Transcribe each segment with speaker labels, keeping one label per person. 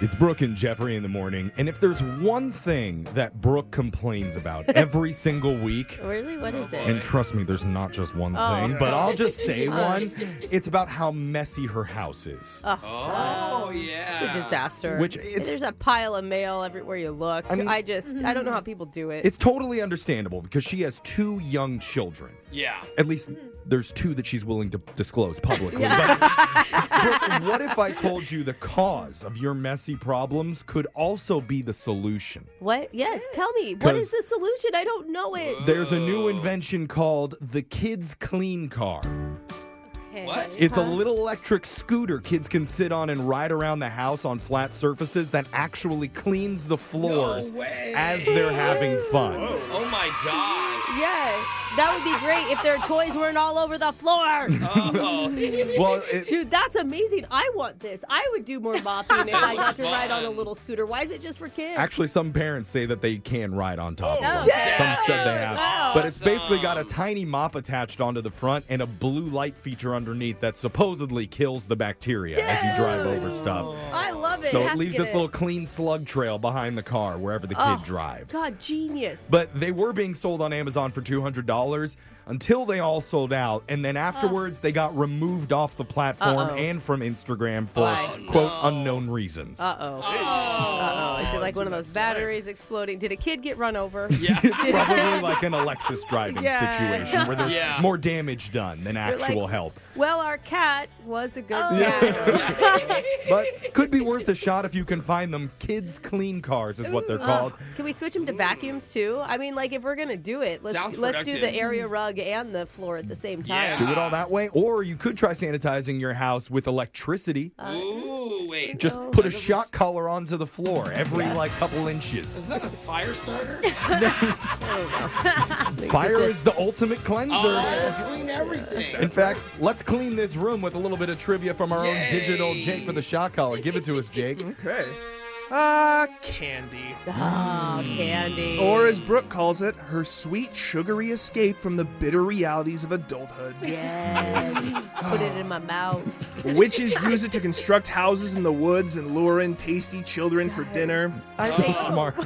Speaker 1: It's Brooke and Jeffrey in the morning. And if there's one thing that Brooke complains about every single week,
Speaker 2: Really? What is it?
Speaker 1: and trust me, there's not just one
Speaker 2: Oh,
Speaker 1: thing,
Speaker 2: okay.
Speaker 1: but I'll just say
Speaker 2: Oh.
Speaker 1: one. It's about how messy her house is.
Speaker 3: Oh, yeah.
Speaker 2: It's a disaster.
Speaker 1: Which it's-
Speaker 2: There's a pile of mail everywhere you look. I,
Speaker 1: mean-
Speaker 2: just, I don't know how people do it.
Speaker 1: It's totally understandable because she has two young children.
Speaker 3: Yeah.
Speaker 1: At least there's two that she's willing to disclose publicly. But, but what if I told you the cause of your messy problems could also be the solution?
Speaker 2: what? Yes, tell me. What
Speaker 1: 'Cause-
Speaker 2: is the solution? I don't know it.
Speaker 1: There's a new invention called the Kids Clean Car.
Speaker 3: What?
Speaker 1: It's a little electric scooter kids can sit on and ride around the house on flat surfaces that actually cleans the floors
Speaker 3: way.
Speaker 1: as they're having fun.
Speaker 3: Oh, my God.
Speaker 2: Yeah, that would be great if their toys weren't all over the floor.
Speaker 3: Oh,
Speaker 1: Well, it,
Speaker 2: Dude, that's amazing. I want this. I would do more mopping if I got to ride on a little scooter. Why is it just for kids?
Speaker 1: Actually, some parents say that they can ride on top
Speaker 2: Oh,
Speaker 1: of them.
Speaker 2: damn.
Speaker 1: Some said they have.
Speaker 2: Wow.
Speaker 1: But it's basically got a
Speaker 3: Awesome.
Speaker 1: tiny mop attached onto the front and a blue light feature underneath that supposedly kills the bacteria as you drive over stuff.
Speaker 2: I love it.
Speaker 1: So
Speaker 2: Have
Speaker 1: it
Speaker 2: to
Speaker 1: leaves
Speaker 2: get
Speaker 1: this little clean slug trail behind the car wherever the kid
Speaker 2: Oh,
Speaker 1: drives.
Speaker 2: God, genius.
Speaker 1: But they were being sold on Amazon for $200 until they all sold out. And then afterwards, they got removed off the platform
Speaker 2: Uh-oh. Oh,
Speaker 1: and from Instagram for,
Speaker 2: Why?
Speaker 1: quote, unknown reasons.
Speaker 2: Uh oh. Uh oh. Is it like one of those batteries exploding? Did a kid get run over?
Speaker 3: yeah.
Speaker 1: It's probably like an Alexis driving
Speaker 2: Yeah.
Speaker 1: situation where there's
Speaker 3: Yeah.
Speaker 1: more damage done than
Speaker 2: They're like,
Speaker 1: actual help.
Speaker 2: Well, our cat was a good
Speaker 1: Yeah.
Speaker 2: cat.
Speaker 1: But could be worth a shot if you can find them. Kids clean cars is what they're called.
Speaker 2: Can we switch him to vacuums too? I mean, like if we're gonna do it, let's
Speaker 3: Sounds
Speaker 2: let's do the
Speaker 3: productive.
Speaker 2: area rug and the floor at the same time.
Speaker 3: Yeah.
Speaker 1: Do it all that way, or you could try sanitizing your house with electricity.
Speaker 2: Uh,
Speaker 3: Ooh, wait.
Speaker 1: Just
Speaker 2: no.
Speaker 1: put a shock collar onto the floor every like couple inches.
Speaker 3: Is that a fire starter?
Speaker 1: Fire
Speaker 2: a-
Speaker 1: is the ultimate cleanser.
Speaker 3: oh, clean everything.
Speaker 1: In fact, let's clean this room with a little bit of trivia from our own
Speaker 3: Yay.
Speaker 1: digital Jake for the shock collar. Give it to us, Jake.
Speaker 4: Okay. Ah, candy.
Speaker 2: Ah, candy.
Speaker 4: Or as Brooke calls it, her sweet, sugary escape from the bitter realities of adulthood.
Speaker 2: yes, put it in my mouth.
Speaker 4: Witches use it to construct houses in the woods and lure in tasty children for dinner.
Speaker 2: I
Speaker 1: So smart.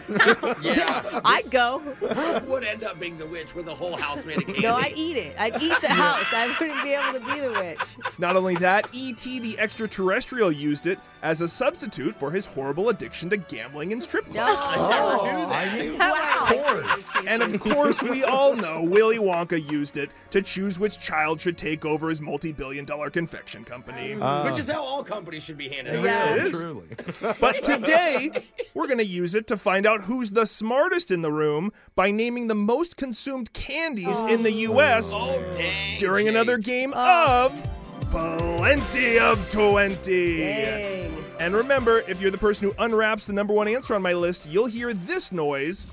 Speaker 3: yeah.
Speaker 2: I'd go.
Speaker 3: Brooke would end up being the witch with the whole house made of candy.
Speaker 2: No, I'd eat it. I'd eat the house. I wouldn't be able to be the witch.
Speaker 4: Not only that, E.T. the extraterrestrial used it as a substitute for his horrible addiction to gambling and strip clubs.
Speaker 2: No.
Speaker 1: I knew
Speaker 2: Wow.
Speaker 1: Of course.
Speaker 4: And of course, we all know Willy Wonka used it to choose which child should take over his multi billion dollar confection company.
Speaker 3: Which is how all companies should be handed.
Speaker 2: Yeah.
Speaker 3: out.
Speaker 4: It is.
Speaker 1: Truly.
Speaker 4: But today, we're going to use it to find out who's the smartest in the room by naming the most consumed candies in the U.S.
Speaker 3: Oh, dang.
Speaker 4: during
Speaker 3: Jake.
Speaker 4: another game of Plenty of 20.
Speaker 2: Dang.
Speaker 4: And remember, if you're the person who unwraps the number one answer on my list, you'll hear this noise.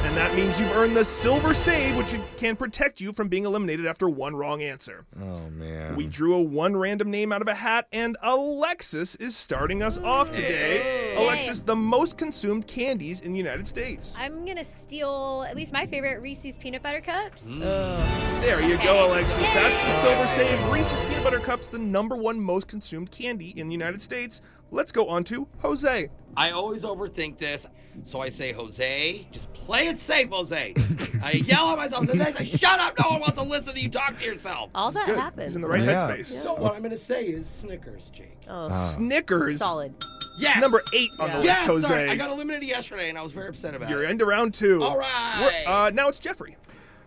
Speaker 4: And that means you've earned the silver save, which can protect you from being eliminated after one wrong answer.
Speaker 1: Oh man.
Speaker 4: We drew a one random name out of a hat, and Alexis is starting us off today. Alexis, the most consumed candies in the United States.
Speaker 5: I'm gonna steal at least my favorite Reese's peanut butter cups.
Speaker 4: There you go, Alexis. That's the silver save. Reese's peanut butter cups, the number one most consumed candy in the United States. Let's go on to Jose.
Speaker 3: I always overthink this, so I say, Jose, just play it safe, Jose. I yell at myself, and then I say, shut up, no one wants to listen to you talk to yourself.
Speaker 2: All that happens.
Speaker 4: He's in the right
Speaker 1: Yeah.
Speaker 4: headspace.
Speaker 3: So what I'm going to say is Snickers, Jake.
Speaker 4: Ah.
Speaker 2: Oh,
Speaker 4: Snickers,
Speaker 2: solid.
Speaker 3: Yes.
Speaker 4: number eight on the
Speaker 2: Yeah.
Speaker 4: list.
Speaker 3: Yes,
Speaker 4: Jose,
Speaker 3: sorry. I got eliminated yesterday, and I was very upset about
Speaker 4: you're
Speaker 3: it.
Speaker 4: into round two.
Speaker 3: All right.
Speaker 4: We're- Uh, now it's Jeffrey.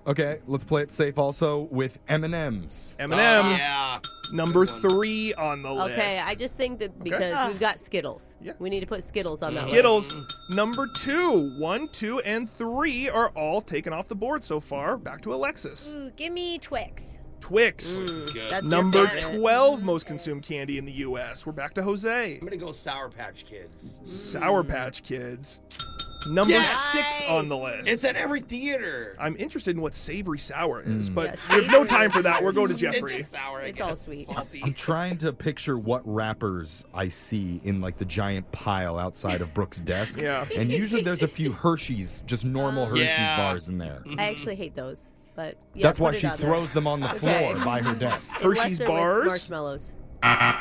Speaker 1: Okay, let's play it safe also with M&Ms.
Speaker 4: M
Speaker 3: Oh,
Speaker 4: and M's,
Speaker 3: yeah.
Speaker 4: number
Speaker 3: Good one.
Speaker 4: three on the list.
Speaker 2: Okay, I just think that because
Speaker 5: Ah.
Speaker 2: we've got Skittles,
Speaker 4: Yeah.
Speaker 2: we need to put Skittles on that list.
Speaker 4: Skittles,
Speaker 2: Mm.
Speaker 4: number two. One, two, and three are all taken off the board so far. Back to Alexis.
Speaker 5: Ooh, give me Twix.
Speaker 4: Twix,
Speaker 3: Good.
Speaker 2: Mm. That's your
Speaker 4: number
Speaker 2: favorite. Mm.
Speaker 4: 12 most consumed candy in the U.S. We're back to Jose.
Speaker 3: I'm going to go Sour Patch Kids.
Speaker 2: Mm.
Speaker 4: Sour Patch Kids, number
Speaker 3: Yes.
Speaker 4: six on the list.
Speaker 3: It's at every theater.
Speaker 4: I'm interested in what savory sour is, but
Speaker 2: Yeah,
Speaker 4: we have no
Speaker 2: savory.
Speaker 4: time for that. We're going to
Speaker 3: It's just
Speaker 4: Jeffrey.
Speaker 3: sour, I
Speaker 2: It's all
Speaker 3: guess.
Speaker 2: sweet.
Speaker 3: Salty.
Speaker 1: I'm trying to picture what wrappers I see in like the giant pile outside of Brooke's desk.
Speaker 4: Yeah.
Speaker 1: And usually there's a few Hershey's, just normal Hershey's
Speaker 3: Yeah.
Speaker 1: bars in there.
Speaker 2: I actually hate those, but yeah,
Speaker 1: That's
Speaker 2: put
Speaker 1: why
Speaker 2: it
Speaker 1: she
Speaker 2: on there.
Speaker 1: throws them on the floor
Speaker 2: Okay.
Speaker 1: by her desk.
Speaker 2: Unless
Speaker 4: Hershey's
Speaker 2: they're with
Speaker 4: bars?
Speaker 2: marshmallows.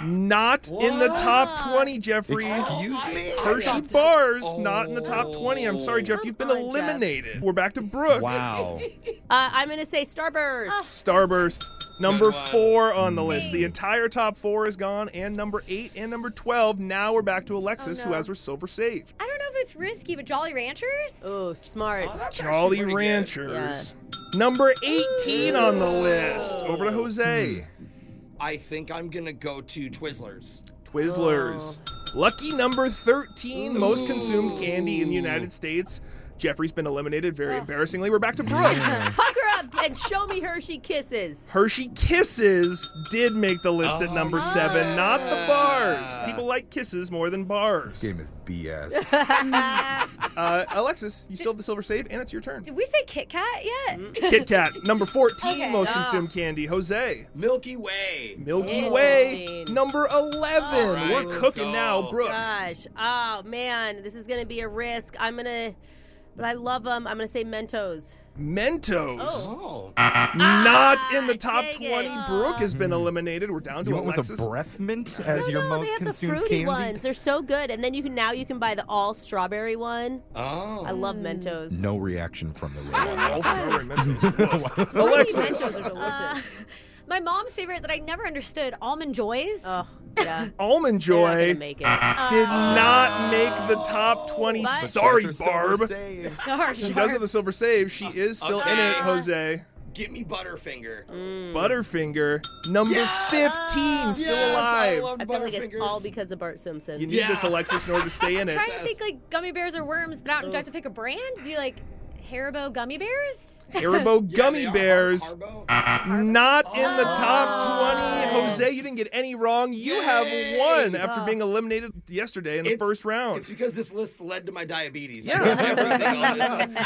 Speaker 4: Not in the top 20, Jeffrey.
Speaker 3: Oh,
Speaker 1: Excuse me?
Speaker 4: Hershey bars, not in the top 20. I'm sorry, Jeff. You've been
Speaker 2: Come on, Oh. Jeff.
Speaker 4: eliminated. We're back to Brooke.
Speaker 1: Wow.
Speaker 2: Uh, I'm gonna say Starburst.
Speaker 1: Ah.
Speaker 4: Starburst, number
Speaker 3: Good one.
Speaker 4: four on the list. The entire top four is gone, and number eight and number 12. Now we're back to Alexis, who
Speaker 5: no.
Speaker 4: has her silver save.
Speaker 5: I don't know if it's risky, but Jolly Ranchers?
Speaker 2: Oh, smart.
Speaker 3: Oh, that's actually
Speaker 4: Jolly
Speaker 3: pretty good.
Speaker 4: Ranchers. Number 18 on the list. Over to Jose.
Speaker 3: I think I'm gonna go to Twizzlers.
Speaker 4: Twizzlers. Lucky number 13, most consumed candy in the United States. Jeffrey's been eliminated very embarrassingly. We're back to
Speaker 1: Mm.
Speaker 4: Brooke.
Speaker 2: Puck her up and show me Hershey kisses.
Speaker 4: Hershey Kisses did make the list at number seven, not the bars.
Speaker 3: Ah.
Speaker 4: People like kisses more than bars.
Speaker 1: Game is BS.
Speaker 4: Uh, Alexis, you still have the silver save, and it's your turn.
Speaker 5: Did we say Kit Kat yet?
Speaker 4: Kit Kat, number 14
Speaker 5: Okay.
Speaker 4: most
Speaker 2: Ah.
Speaker 4: consumed candy. Jose,
Speaker 3: Milky Way.
Speaker 4: Milky
Speaker 2: Ew.
Speaker 4: Way,
Speaker 2: Fifteen.
Speaker 4: number 11.
Speaker 3: All right,
Speaker 4: We're
Speaker 3: let's
Speaker 4: cooking
Speaker 3: go.
Speaker 4: now, Brooke.
Speaker 2: Gosh. Oh man, this is gonna be a risk. I'm gonna, but I love them. I'm gonna say Mentos.
Speaker 4: Mentos,
Speaker 3: Oh.
Speaker 4: not in the top
Speaker 2: Ah, dang
Speaker 4: 20.
Speaker 2: it.
Speaker 4: Brooke has been eliminated. We're down to
Speaker 1: Hmm. you went
Speaker 4: Alexis.
Speaker 1: with a breath mint as
Speaker 2: No,
Speaker 1: your
Speaker 2: no,
Speaker 1: most
Speaker 2: they have the
Speaker 1: consumed
Speaker 2: fruity
Speaker 1: candy?
Speaker 2: ones. They're so good. And then you can now you can buy the all strawberry one. I
Speaker 3: Oh.
Speaker 2: love Mentos.
Speaker 1: Mm. No reaction from the room.
Speaker 4: All strawberry Mentos. Woof.
Speaker 2: Fruity
Speaker 4: Alexis,
Speaker 2: Mentos are delicious.
Speaker 5: Uh, my mom's favorite that I never understood, Almond Joys.
Speaker 2: oh yeah.
Speaker 4: Almond
Speaker 2: They're not
Speaker 4: Joy
Speaker 2: gonna make it.
Speaker 4: did not make the top 20.
Speaker 2: But-
Speaker 4: Sorry,
Speaker 1: Professor Ah. Silver
Speaker 4: Barb.
Speaker 1: save. Uh,
Speaker 5: Sorry,
Speaker 4: She does
Speaker 5: sorry.
Speaker 4: have the silver save. She is still in
Speaker 3: okay.
Speaker 4: it, Jose.
Speaker 3: Give me Butterfinger.
Speaker 2: Mm. Hmm.
Speaker 4: Butterfinger, number 15,
Speaker 3: Yes,
Speaker 4: still alive.
Speaker 3: I, love
Speaker 2: I feel like it's
Speaker 3: Butterfingers.
Speaker 2: all because of Bart Simpson.
Speaker 4: you need
Speaker 3: Yeah.
Speaker 4: this, Alexis, in order to stay in it.
Speaker 5: trying to think like gummy bears or worms, but I don't, do I have to pick a brand? Do you like Haribo gummy bears?
Speaker 4: Haribo
Speaker 3: Yeah,
Speaker 4: Gummy
Speaker 3: they are.
Speaker 4: Bears,
Speaker 3: Harbo.
Speaker 4: not in the top 20. Jose, you didn't get any wrong. You
Speaker 3: Yay.
Speaker 4: have one after being eliminated yesterday in the
Speaker 3: It's-
Speaker 4: first
Speaker 3: It's
Speaker 4: round.
Speaker 3: because this list led to my diabetes. Yeah. Everything on this list.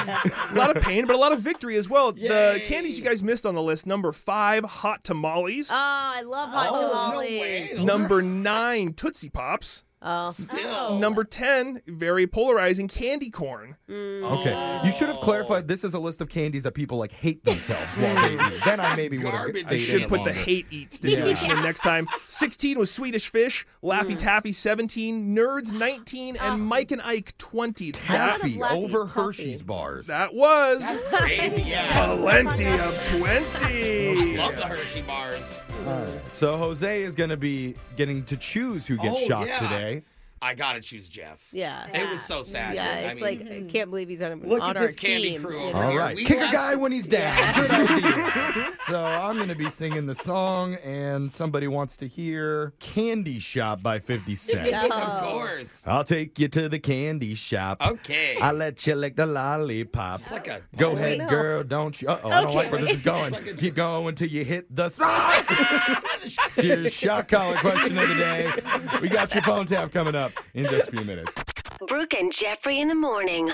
Speaker 4: A lot of pain, but a lot of victory as well. The
Speaker 3: Yay.
Speaker 4: candies you guys missed on the list number five, hot tamales.
Speaker 2: Oh, I love hot
Speaker 3: Oh, no
Speaker 2: tamales.
Speaker 3: way. Those
Speaker 4: number
Speaker 3: are
Speaker 4: nine, Tootsie Pops.
Speaker 2: Oh.
Speaker 3: still.
Speaker 4: Number 10, very polarizing, candy corn.
Speaker 1: Okay. You should have clarified this is a list of candies that people like hate themselves while they eat. Then I maybe would have
Speaker 3: Garbage.
Speaker 4: I
Speaker 1: stayed
Speaker 3: They
Speaker 4: should
Speaker 1: in
Speaker 4: put the
Speaker 1: longer.
Speaker 4: hate eats designation in next time. 16 was Swedish Fish, Laffy Taffy 17, Nerds 19, and Mike and Ike 20. That,
Speaker 1: Taffy
Speaker 2: Laffy
Speaker 1: over
Speaker 2: Taffy.
Speaker 1: Hershey's bars.
Speaker 4: that was
Speaker 3: crazy. Yeah.
Speaker 4: plenty of 20.
Speaker 3: Love the Hershey bars.
Speaker 1: So Jose is going to be getting to choose who gets
Speaker 3: Oh,
Speaker 1: shocked
Speaker 3: yeah.
Speaker 1: today.
Speaker 3: I gotta choose Jeff.
Speaker 2: Yeah.
Speaker 3: It was so sad.
Speaker 2: Yeah,
Speaker 3: I
Speaker 2: it's
Speaker 3: mean,
Speaker 2: like I can't believe he's on,
Speaker 3: Look
Speaker 2: on
Speaker 3: at
Speaker 2: our
Speaker 3: this candy
Speaker 2: team.
Speaker 3: crew
Speaker 2: you
Speaker 3: over
Speaker 2: know?
Speaker 1: All
Speaker 3: Yeah,
Speaker 1: right,
Speaker 3: we
Speaker 1: kick a
Speaker 3: left-
Speaker 1: guy when he's down.
Speaker 2: Yeah.
Speaker 1: Good idea. so I'm going to be singing the song, and somebody wants to hear "Candy Shop" by Fifty Cent.
Speaker 3: of
Speaker 2: Oh.
Speaker 3: course.
Speaker 1: I'll take you to the candy shop.
Speaker 3: Okay.
Speaker 1: I'll let you lick the lollipop.
Speaker 3: It's like a
Speaker 1: Go ahead,
Speaker 2: no.
Speaker 1: girl. Don't you? Uh oh, I don't like where this is going. Keep going till you hit the spot. to your shock collar question of the day. We got your phone tap coming up in just a few minutes.
Speaker 6: Brooke and Jeffrey in the morning.